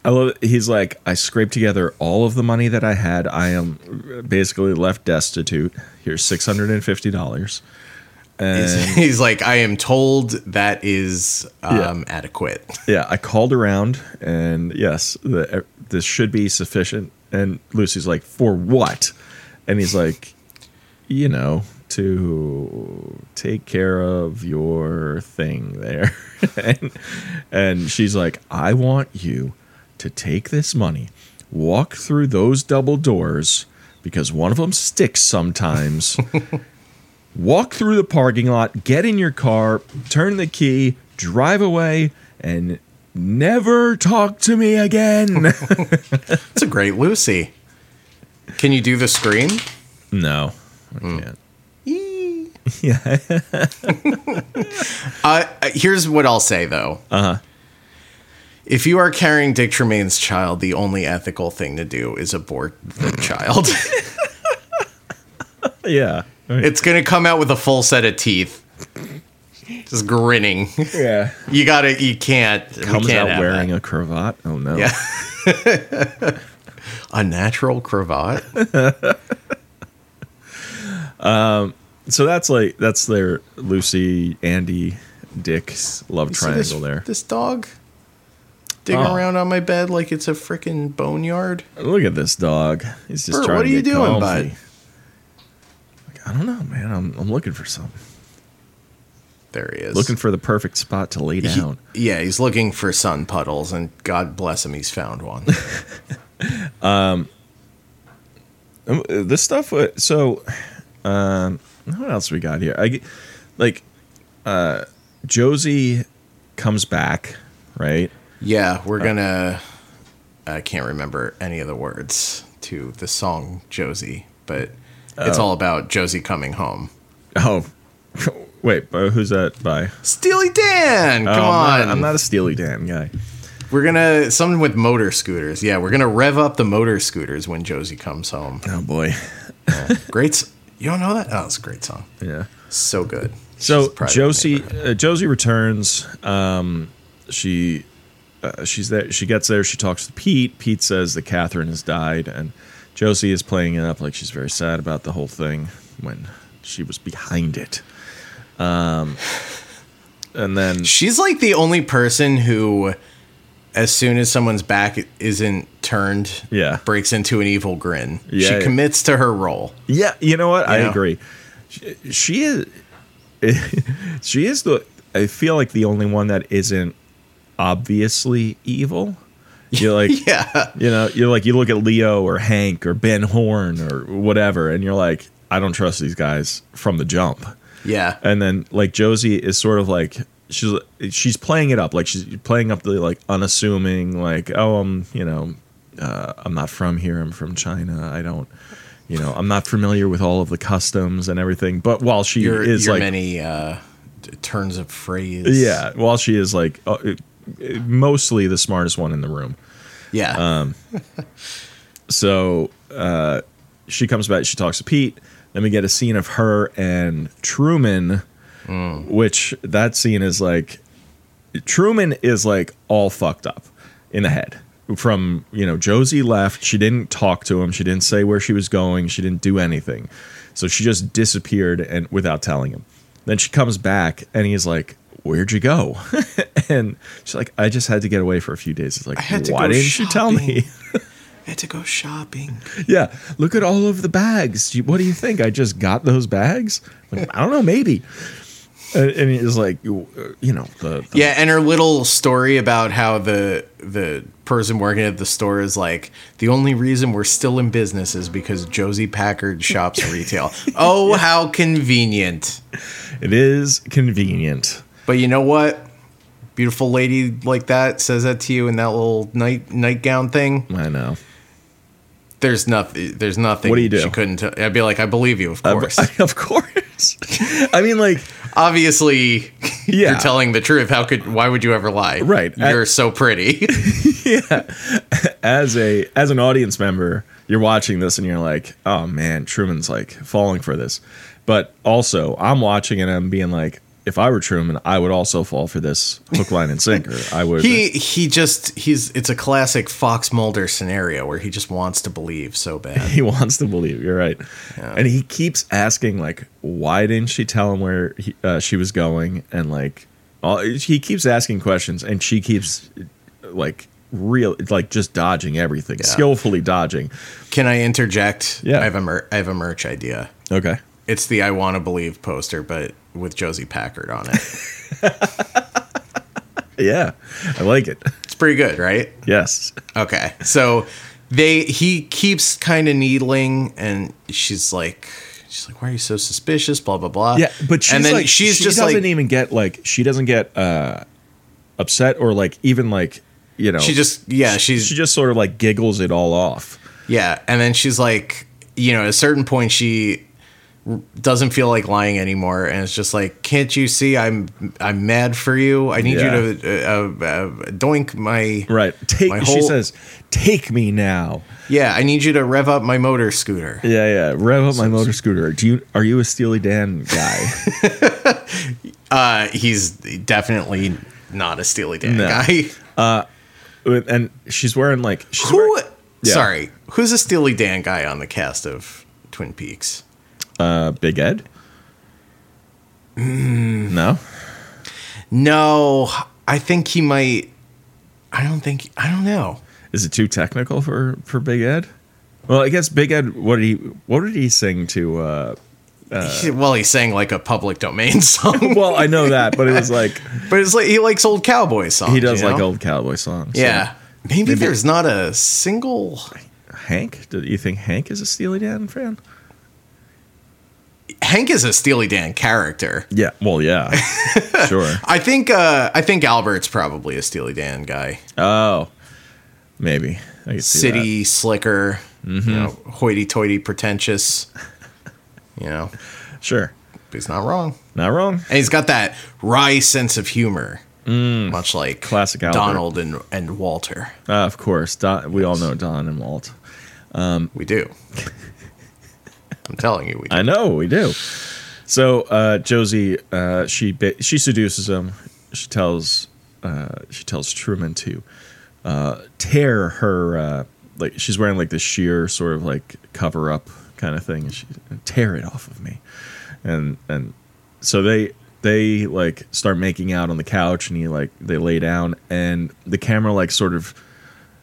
Speaker 1: I love he's like, I scraped together all of the money that I had. I am basically left destitute. Here's six hundred and fifty dollars. And
Speaker 2: He's, he's like, I am told that is um, adequate.
Speaker 1: yeah, I called around and yes, the, e, this should be sufficient. And Lucy's like, for what? And he's like, you know, to take care of your thing there. and, and she's like, I want you to take this money, walk through those double doors because one of them sticks sometimes. walk through the parking lot, get in your car, turn the key, drive away, and never talk to me again.
Speaker 2: It's a great Lucy. Can you do the scream?
Speaker 1: no, I
Speaker 2: Hmm.
Speaker 1: can't.
Speaker 2: Yee.
Speaker 1: Yeah.
Speaker 2: Uh, uh, here's what I'll say though. Uh huh.
Speaker 1: Uh-huh.
Speaker 2: If you are carrying Dick Tremaine's child, the only ethical thing to do is abort the child.
Speaker 1: Yeah.
Speaker 2: it's going to come out with a full set of teeth, just grinning.
Speaker 1: Yeah.
Speaker 2: You gotta, you can't. we
Speaker 1: Comes
Speaker 2: can't
Speaker 1: out
Speaker 2: have that.
Speaker 1: wearing a cravat. Oh no.
Speaker 2: Yeah. a natural cravat.
Speaker 1: So that's like that's their Lucy, Andy, Dick love
Speaker 2: See this-
Speaker 1: triangle there.
Speaker 2: This dog digging
Speaker 1: Oh.
Speaker 2: around on my bed like it's a freaking boneyard.
Speaker 1: Look at this dog. He's just
Speaker 2: Bert,
Speaker 1: trying
Speaker 2: what
Speaker 1: to
Speaker 2: are you
Speaker 1: get
Speaker 2: doing,
Speaker 1: comfy.
Speaker 2: bud?
Speaker 1: Like, I don't know, man. I'm I'm looking for something.
Speaker 2: There he is.
Speaker 1: looking for the perfect spot to lay
Speaker 2: He-
Speaker 1: down.
Speaker 2: yeah, he's looking for sun puddles, and God bless him, he's found one.
Speaker 1: Um, uh, this stuff. wa- So, um, what else we got here? I g- like uh, Josie comes back, right?
Speaker 2: yeah, we're
Speaker 1: Uh.
Speaker 2: gonna. I can't remember any of the words to the song Josie, but it's all about Josie coming home.
Speaker 1: Oh, wait, uh, who's that by?
Speaker 2: Steely Dan, come
Speaker 1: Oh,
Speaker 2: on!
Speaker 1: I'm not, I'm not a Steely Dan guy.
Speaker 2: We're gonna something with motor scooters. Yeah, we're gonna rev up the motor scooters when Josie comes home.
Speaker 1: Oh boy,
Speaker 2: Great, s- you don't know that? Oh, it's a great song.
Speaker 1: yeah.
Speaker 2: So good. She's
Speaker 1: So
Speaker 2: proud of
Speaker 1: Josie,
Speaker 2: her.
Speaker 1: uh, Josie returns. Um, she, uh, she's there. She gets there. She talks to Pete. Pete says that Catherine has died, and Josie is playing it up like she's very sad about the whole thing when she was behind it. Um, and then
Speaker 2: She's like the only person who, as soon as someone's back isn't turned,
Speaker 1: Yeah.
Speaker 2: breaks into an evil grin.
Speaker 1: Yeah,
Speaker 2: she
Speaker 1: yeah.
Speaker 2: commits to her role.
Speaker 1: Yeah, you know what? I
Speaker 2: Yeah.
Speaker 1: agree. She, she is. she is the. I feel like the only one that isn't obviously evil. You're like,
Speaker 2: Yeah,
Speaker 1: you know, you're like, you look at Leo or Hank or Ben Horn or whatever, and you're like, I don't trust these guys from the jump.
Speaker 2: yeah,
Speaker 1: And then like Josie is sort of like she's she's playing it up, like she's playing up the like unassuming, like oh I'm you know uh, I'm not from here, I'm from China, I don't you know I'm not familiar with all of the customs and everything. But while she
Speaker 2: your,
Speaker 1: is
Speaker 2: your
Speaker 1: like
Speaker 2: many uh, t- turns of phrase.
Speaker 1: yeah, while she is like uh, mostly the smartest one in the room.
Speaker 2: yeah.
Speaker 1: Um, So uh, she comes back. She talks to Pete. Then we get a scene of her and Truman,
Speaker 2: Mm.
Speaker 1: which that scene is like Truman is like all fucked up in the head from you know Josie left. She didn't talk to him. She didn't say where she was going. She didn't do anything. So she just disappeared and without telling him. Then she comes back and he's like, "Where'd you go?" and she's like, "I just had to get away for a few days." It's like,
Speaker 2: had to
Speaker 1: "Why
Speaker 2: go
Speaker 1: didn't you tell me?"
Speaker 2: shopping." I had to go shopping.
Speaker 1: Yeah, look at all of the bags. Do you- What do you think? I just got those bags? Like, I don't know, maybe. And, and it's like, you uh, you know, the, the-
Speaker 2: Yeah, and her little story about how the the person working at the store is like the only reason we're still in business is because Josie Packard shops retail. oh, how convenient.
Speaker 1: it is convenient.
Speaker 2: But you know what? Beautiful lady like that says that to you in that little night nightgown thing.
Speaker 1: I know.
Speaker 2: There's nothing. There's nothing.
Speaker 1: What do you do?
Speaker 2: She couldn't. T- I'd be like, I believe you, of course.
Speaker 1: of course. I mean, like,
Speaker 2: Obviously,
Speaker 1: yeah.
Speaker 2: you're telling the truth. How could? Why would you ever lie?
Speaker 1: Right.
Speaker 2: You're so pretty.
Speaker 1: as a as an audience member, you're watching this and you're like, oh man, Truman's like falling for this. But also, I'm watching it and I'm being like, if I were Truman, I would also fall for this hook, line, and sinker. I would.
Speaker 2: He he just he's it's a classic Fox Mulder scenario where he just wants to believe so bad.
Speaker 1: he wants to believe you're right and he keeps asking like why didn't she tell him where he, uh, she was going and like all, he keeps asking questions and she keeps like real like just dodging everything skillfully dodging
Speaker 2: Can I interject?
Speaker 1: Yeah.
Speaker 2: I have a mer- I have a merch idea.
Speaker 1: okay
Speaker 2: It's the I want to believe poster, but with Josie Packard on it.
Speaker 1: yeah i like it
Speaker 2: It's pretty good, right?
Speaker 1: yes
Speaker 2: Okay, so they he keeps kind of needling, and she's like, she's like, why are you so suspicious? Blah blah blah.
Speaker 1: yeah but she's
Speaker 2: and then
Speaker 1: like
Speaker 2: she's
Speaker 1: she
Speaker 2: just
Speaker 1: doesn't
Speaker 2: like
Speaker 1: even get like she doesn't get uh upset or like even like you know
Speaker 2: she just yeah she's
Speaker 1: she just sort of like giggles it all off
Speaker 2: Yeah, and then she's like, you know, at a certain point she r- doesn't feel like lying anymore, and it's just like, can't you see I'm I'm mad for you? I need
Speaker 1: Yeah.
Speaker 2: you to uh, uh, uh, doink my
Speaker 1: right take
Speaker 2: My
Speaker 1: she
Speaker 2: whole-
Speaker 1: says take me now
Speaker 2: yeah. I need you to rev up my motor scooter.
Speaker 1: Yeah, yeah. Rev up my motor scooter. Do you are you a Steely Dan guy?
Speaker 2: Uh, he's definitely not a Steely Dan
Speaker 1: No.
Speaker 2: guy.
Speaker 1: and she's wearing like she's
Speaker 2: Who?
Speaker 1: wearing, Yeah.
Speaker 2: Sorry, who's a Steely Dan guy on the cast of Twin Peaks?
Speaker 1: uh, Big Ed.
Speaker 2: Hmm.
Speaker 1: No,
Speaker 2: No, I think he might. I don't think. I don't know.
Speaker 1: is it too technical for for Big Ed? Well, I guess Big Ed. What did he What did he sing to uh,
Speaker 2: He- well, he sang like a public domain song,
Speaker 1: Well, I know that, but it was like
Speaker 2: but it's like he likes old cowboy songs.
Speaker 1: he does
Speaker 2: Oh, you
Speaker 1: like
Speaker 2: know?
Speaker 1: old cowboy songs. so-
Speaker 2: Yeah. Maybe, there's not a single.
Speaker 1: Hank, do you think Hank is a Steely Dan fan?
Speaker 2: Hank is a Steely Dan character.
Speaker 1: Yeah. Well, yeah. sure.
Speaker 2: I think uh, I think Albert's probably a Steely Dan guy.
Speaker 1: Oh, maybe. I can see that. Mm-hmm.
Speaker 2: City slicker, you know, hoity-toity, pretentious. You know,
Speaker 1: Sure.
Speaker 2: but he's not wrong,
Speaker 1: Not wrong.
Speaker 2: and he's got that wry sense of humor, much like
Speaker 1: Mm. Classic Albert.
Speaker 2: Donald and and Walter.
Speaker 1: Uh, of course. Don, we all know Don and Walt.
Speaker 2: We do. I'm telling you, we do.
Speaker 1: I know we do. So uh, Josie, uh, she ba- she seduces him. She tells uh, she tells Truman to uh, tear her uh, like she's wearing like this sheer sort of like cover up kind of thing. And she tear it off of me, and and so they they like start making out on the couch, and he like they lay down, and the camera like sort of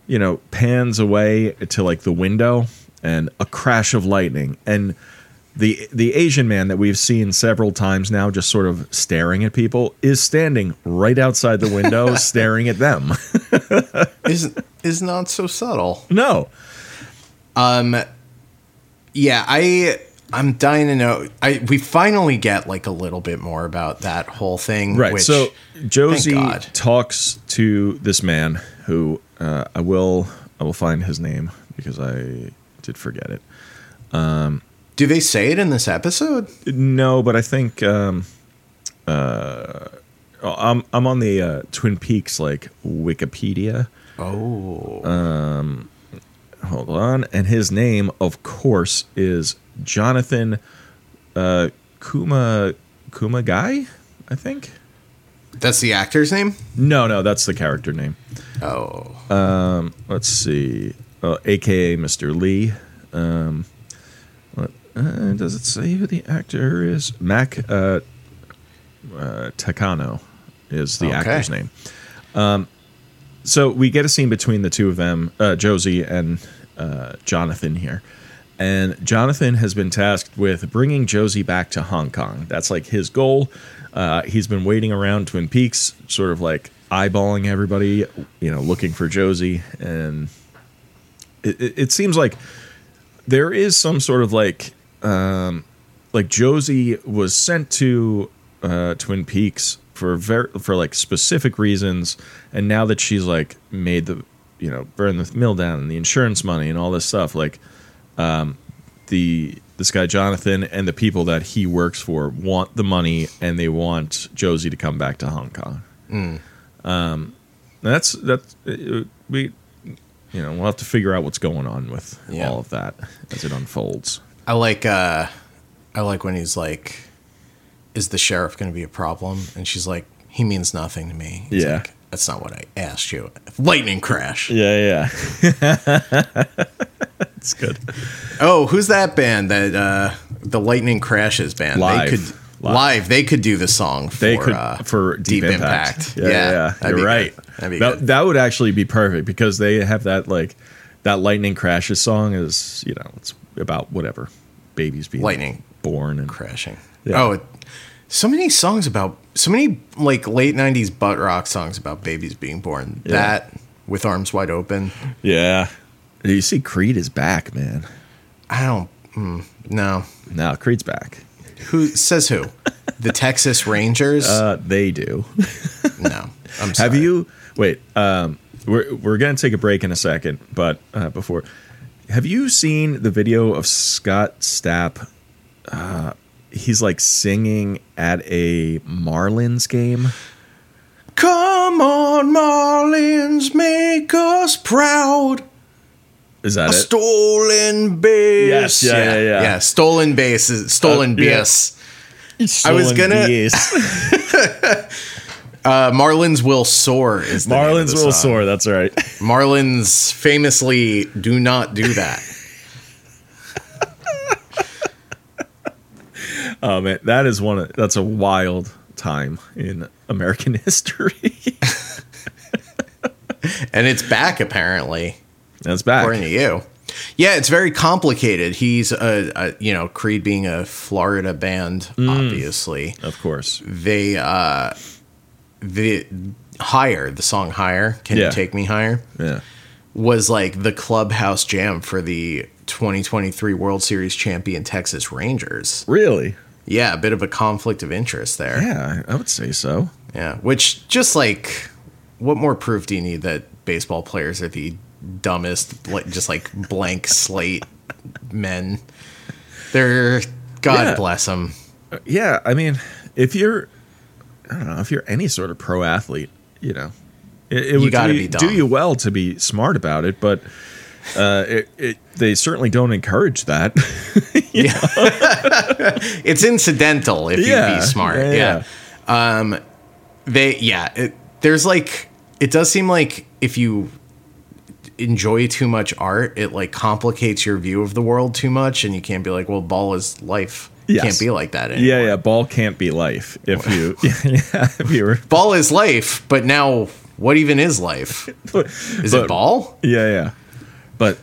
Speaker 1: you know, pans away to like the window and a crash of lightning and the the Asian man that we've seen several times now just sort of staring at people is standing right outside the window staring at them.
Speaker 2: is is not so subtle.
Speaker 1: no.
Speaker 2: Yeah, I I'm dying to know. I we finally get like a little bit more about that whole thing.
Speaker 1: Right.
Speaker 2: Which,
Speaker 1: so Josie
Speaker 2: God.
Speaker 1: talks to this man who uh, I will I will find his name because I did forget it.
Speaker 2: do they say it in this episode?
Speaker 1: No, but I think um, uh, I'm I'm on the uh, Twin Peaks like Wikipedia. Um,
Speaker 2: Oh,
Speaker 1: Hold on, and his name, of course, is Jonathan uh, Kuma Kuma Guy. I think.
Speaker 2: that's the actor's name.
Speaker 1: No, no, that's the character name.
Speaker 2: Oh,
Speaker 1: Let's see, uh, aka Mr. Lee. Um, what, uh, does it say who the actor is? Mac uh, uh, Takano is the
Speaker 2: Okay.
Speaker 1: actor's name. Um, so we get a scene between the two of them, uh, Josie and uh, Jonathan here. And Jonathan has been tasked with bringing Josie back to Hong Kong. That's like his goal. Uh, he's been waiting around Twin Peaks, sort of like eyeballing everybody, you know, looking for Josie. And it, it, it seems like there is some sort of like like Josie was sent to uh, Twin Peaks for very for like specific reasons, and now that she's like made the you know burn the mill down and the insurance money and all this stuff, like um, the this guy Jonathan and the people that he works for want the money and they want Josie to come back to Hong Kong. Um, that's that's uh, we. You know, we'll have to figure out what's going on with
Speaker 2: Yeah.
Speaker 1: all of that as it unfolds.
Speaker 2: I like uh, I like when he's like, "Is the sheriff going to be a problem?" And she's like, "He means nothing to me." He's
Speaker 1: Yeah.
Speaker 2: like, that's not what I asked you. Lightning crash.
Speaker 1: Yeah, yeah. it's good.
Speaker 2: Oh, who's that band that uh, the Lightning Crashes band?
Speaker 1: Live.
Speaker 2: They could
Speaker 1: Live.
Speaker 2: live. They could do the song. For,
Speaker 1: They could
Speaker 2: uh,
Speaker 1: for deep, impact. Yeah, yeah.
Speaker 2: that'd be
Speaker 1: You're
Speaker 2: good.
Speaker 1: right.
Speaker 2: That'd be
Speaker 1: that,
Speaker 2: good.
Speaker 1: that would actually be perfect because they have that like that lightning crashes song is you know it's about whatever babies being
Speaker 2: Lightning.
Speaker 1: born and
Speaker 2: crashing.
Speaker 1: Yeah.
Speaker 2: Oh, it, so many songs about so many like late '90s butt rock songs about babies being born.
Speaker 1: Yeah.
Speaker 2: That with arms wide open.
Speaker 1: yeah. You see, Creed is back, man.
Speaker 2: I don't. Mm, no.
Speaker 1: Now Creed's back.
Speaker 2: Who says who? The Texas Rangers?
Speaker 1: Uh, they do.
Speaker 2: no. I'm sorry.
Speaker 1: Have you wait? Um, we're we're gonna take a break in a second, but uh, before, have you seen the video of Scott Stapp? Uh, he's like singing at a Marlins game.
Speaker 2: Come on, Marlins, make us proud.
Speaker 1: Is that
Speaker 2: A
Speaker 1: it?
Speaker 2: stolen base.
Speaker 1: Yes, yeah, yeah, yeah.
Speaker 2: stolen base is stolen
Speaker 1: Uh, yeah.
Speaker 2: base. I was gonna- Uh, Marlins will soar is the name of
Speaker 1: Marlins
Speaker 2: the
Speaker 1: will
Speaker 2: song.
Speaker 1: soar. That's right.
Speaker 2: Marlins famously do not do that.
Speaker 1: Oh man, that is one. Of, that's a wild time in American history.
Speaker 2: and it's back apparently,
Speaker 1: that's back.
Speaker 2: according to you. Yeah, it's very complicated. He's a, a you know Creed being a Florida band,
Speaker 1: Mm.
Speaker 2: obviously.
Speaker 1: Of course.
Speaker 2: They uh, the higher the song higher. Can
Speaker 1: Yeah.
Speaker 2: you take me higher?
Speaker 1: Yeah.
Speaker 2: was like the clubhouse jam for the 2023 World Series champion Texas Rangers.
Speaker 1: Really?
Speaker 2: Yeah, a bit of a conflict of interest there. Yeah.
Speaker 1: Yeah, I I would say so.
Speaker 2: Which just like what more proof do you need that baseball players are the dumbest like just like blank slate men. They're God
Speaker 1: Yeah.
Speaker 2: bless them.
Speaker 1: Yeah, I mean, if you're, I don't know, if you're any sort of pro athlete, you know, it, it would
Speaker 2: gotta
Speaker 1: do,
Speaker 2: be dumb.
Speaker 1: do you well to be smart about it, but uh, it, it, they certainly don't encourage that.
Speaker 2: It's incidental if you be smart. Yeah. Um, They yeah, it, there's like it does seem like if you enjoy too much art, it like complicates your view of the world too much, and you can't be like, well, ball is life. It
Speaker 1: Yes.
Speaker 2: Can't be like that. Anymore.
Speaker 1: Yeah, yeah. Ball can't be life if you, yeah, if you were,
Speaker 2: Ball is life, but now what even is life? Is
Speaker 1: but-
Speaker 2: it ball?
Speaker 1: Yeah, yeah. But,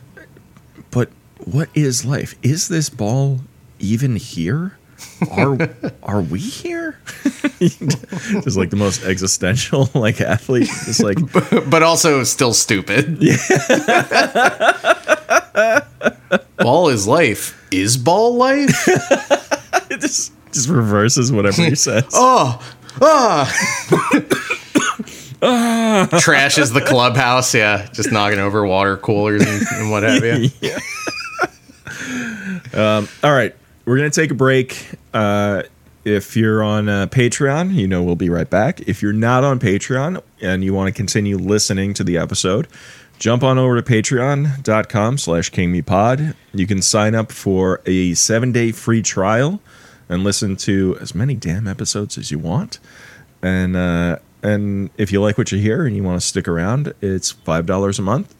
Speaker 1: but what is life? Is this ball even here? Are are we here? Just like the most existential like athlete. Just like
Speaker 2: but also still stupid. ball is life. Is ball life?
Speaker 1: it just just reverses whatever he says.
Speaker 2: Oh, ah. Trashes the clubhouse, yeah. Just knocking over water coolers and, and what have you.
Speaker 1: All right, we're gonna take a break. Uh, if you're on uh, Patreon, you know we'll be right back. If you're not on Patreon and you want to continue listening to the episode, jump on over to patreon.com slash kingmepod. You can sign up for a seven-day free trial and listen to as many damn episodes as you want. And uh, and if you like what you hear and you want to stick around, it's five dollars a month.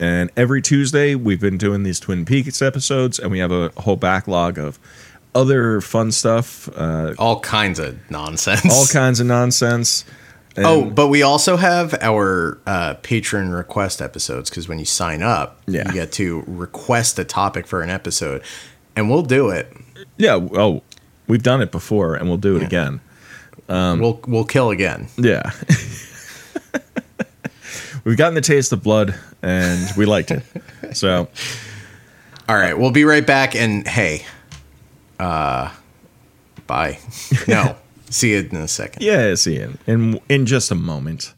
Speaker 1: And every Tuesday, we've been doing these Twin Peaks episodes, and we have a whole backlog of other fun stuff, uh,
Speaker 2: All kinds of nonsense.
Speaker 1: all kinds of nonsense. And-
Speaker 2: Oh, but we also have our uh, patron request episodes because when you sign up,
Speaker 1: Yeah.
Speaker 2: you get to request a topic for an episode, and we'll do it.
Speaker 1: yeah. Oh, we've done it before, and we'll do it again. Um,
Speaker 2: we'll we'll kill again.
Speaker 1: Yeah. we've gotten the taste of blood, and we liked it. So
Speaker 2: All right, we'll be right back. And hey, uh, bye. No, see you in a second.
Speaker 1: yeah, see you in in, in just a moment.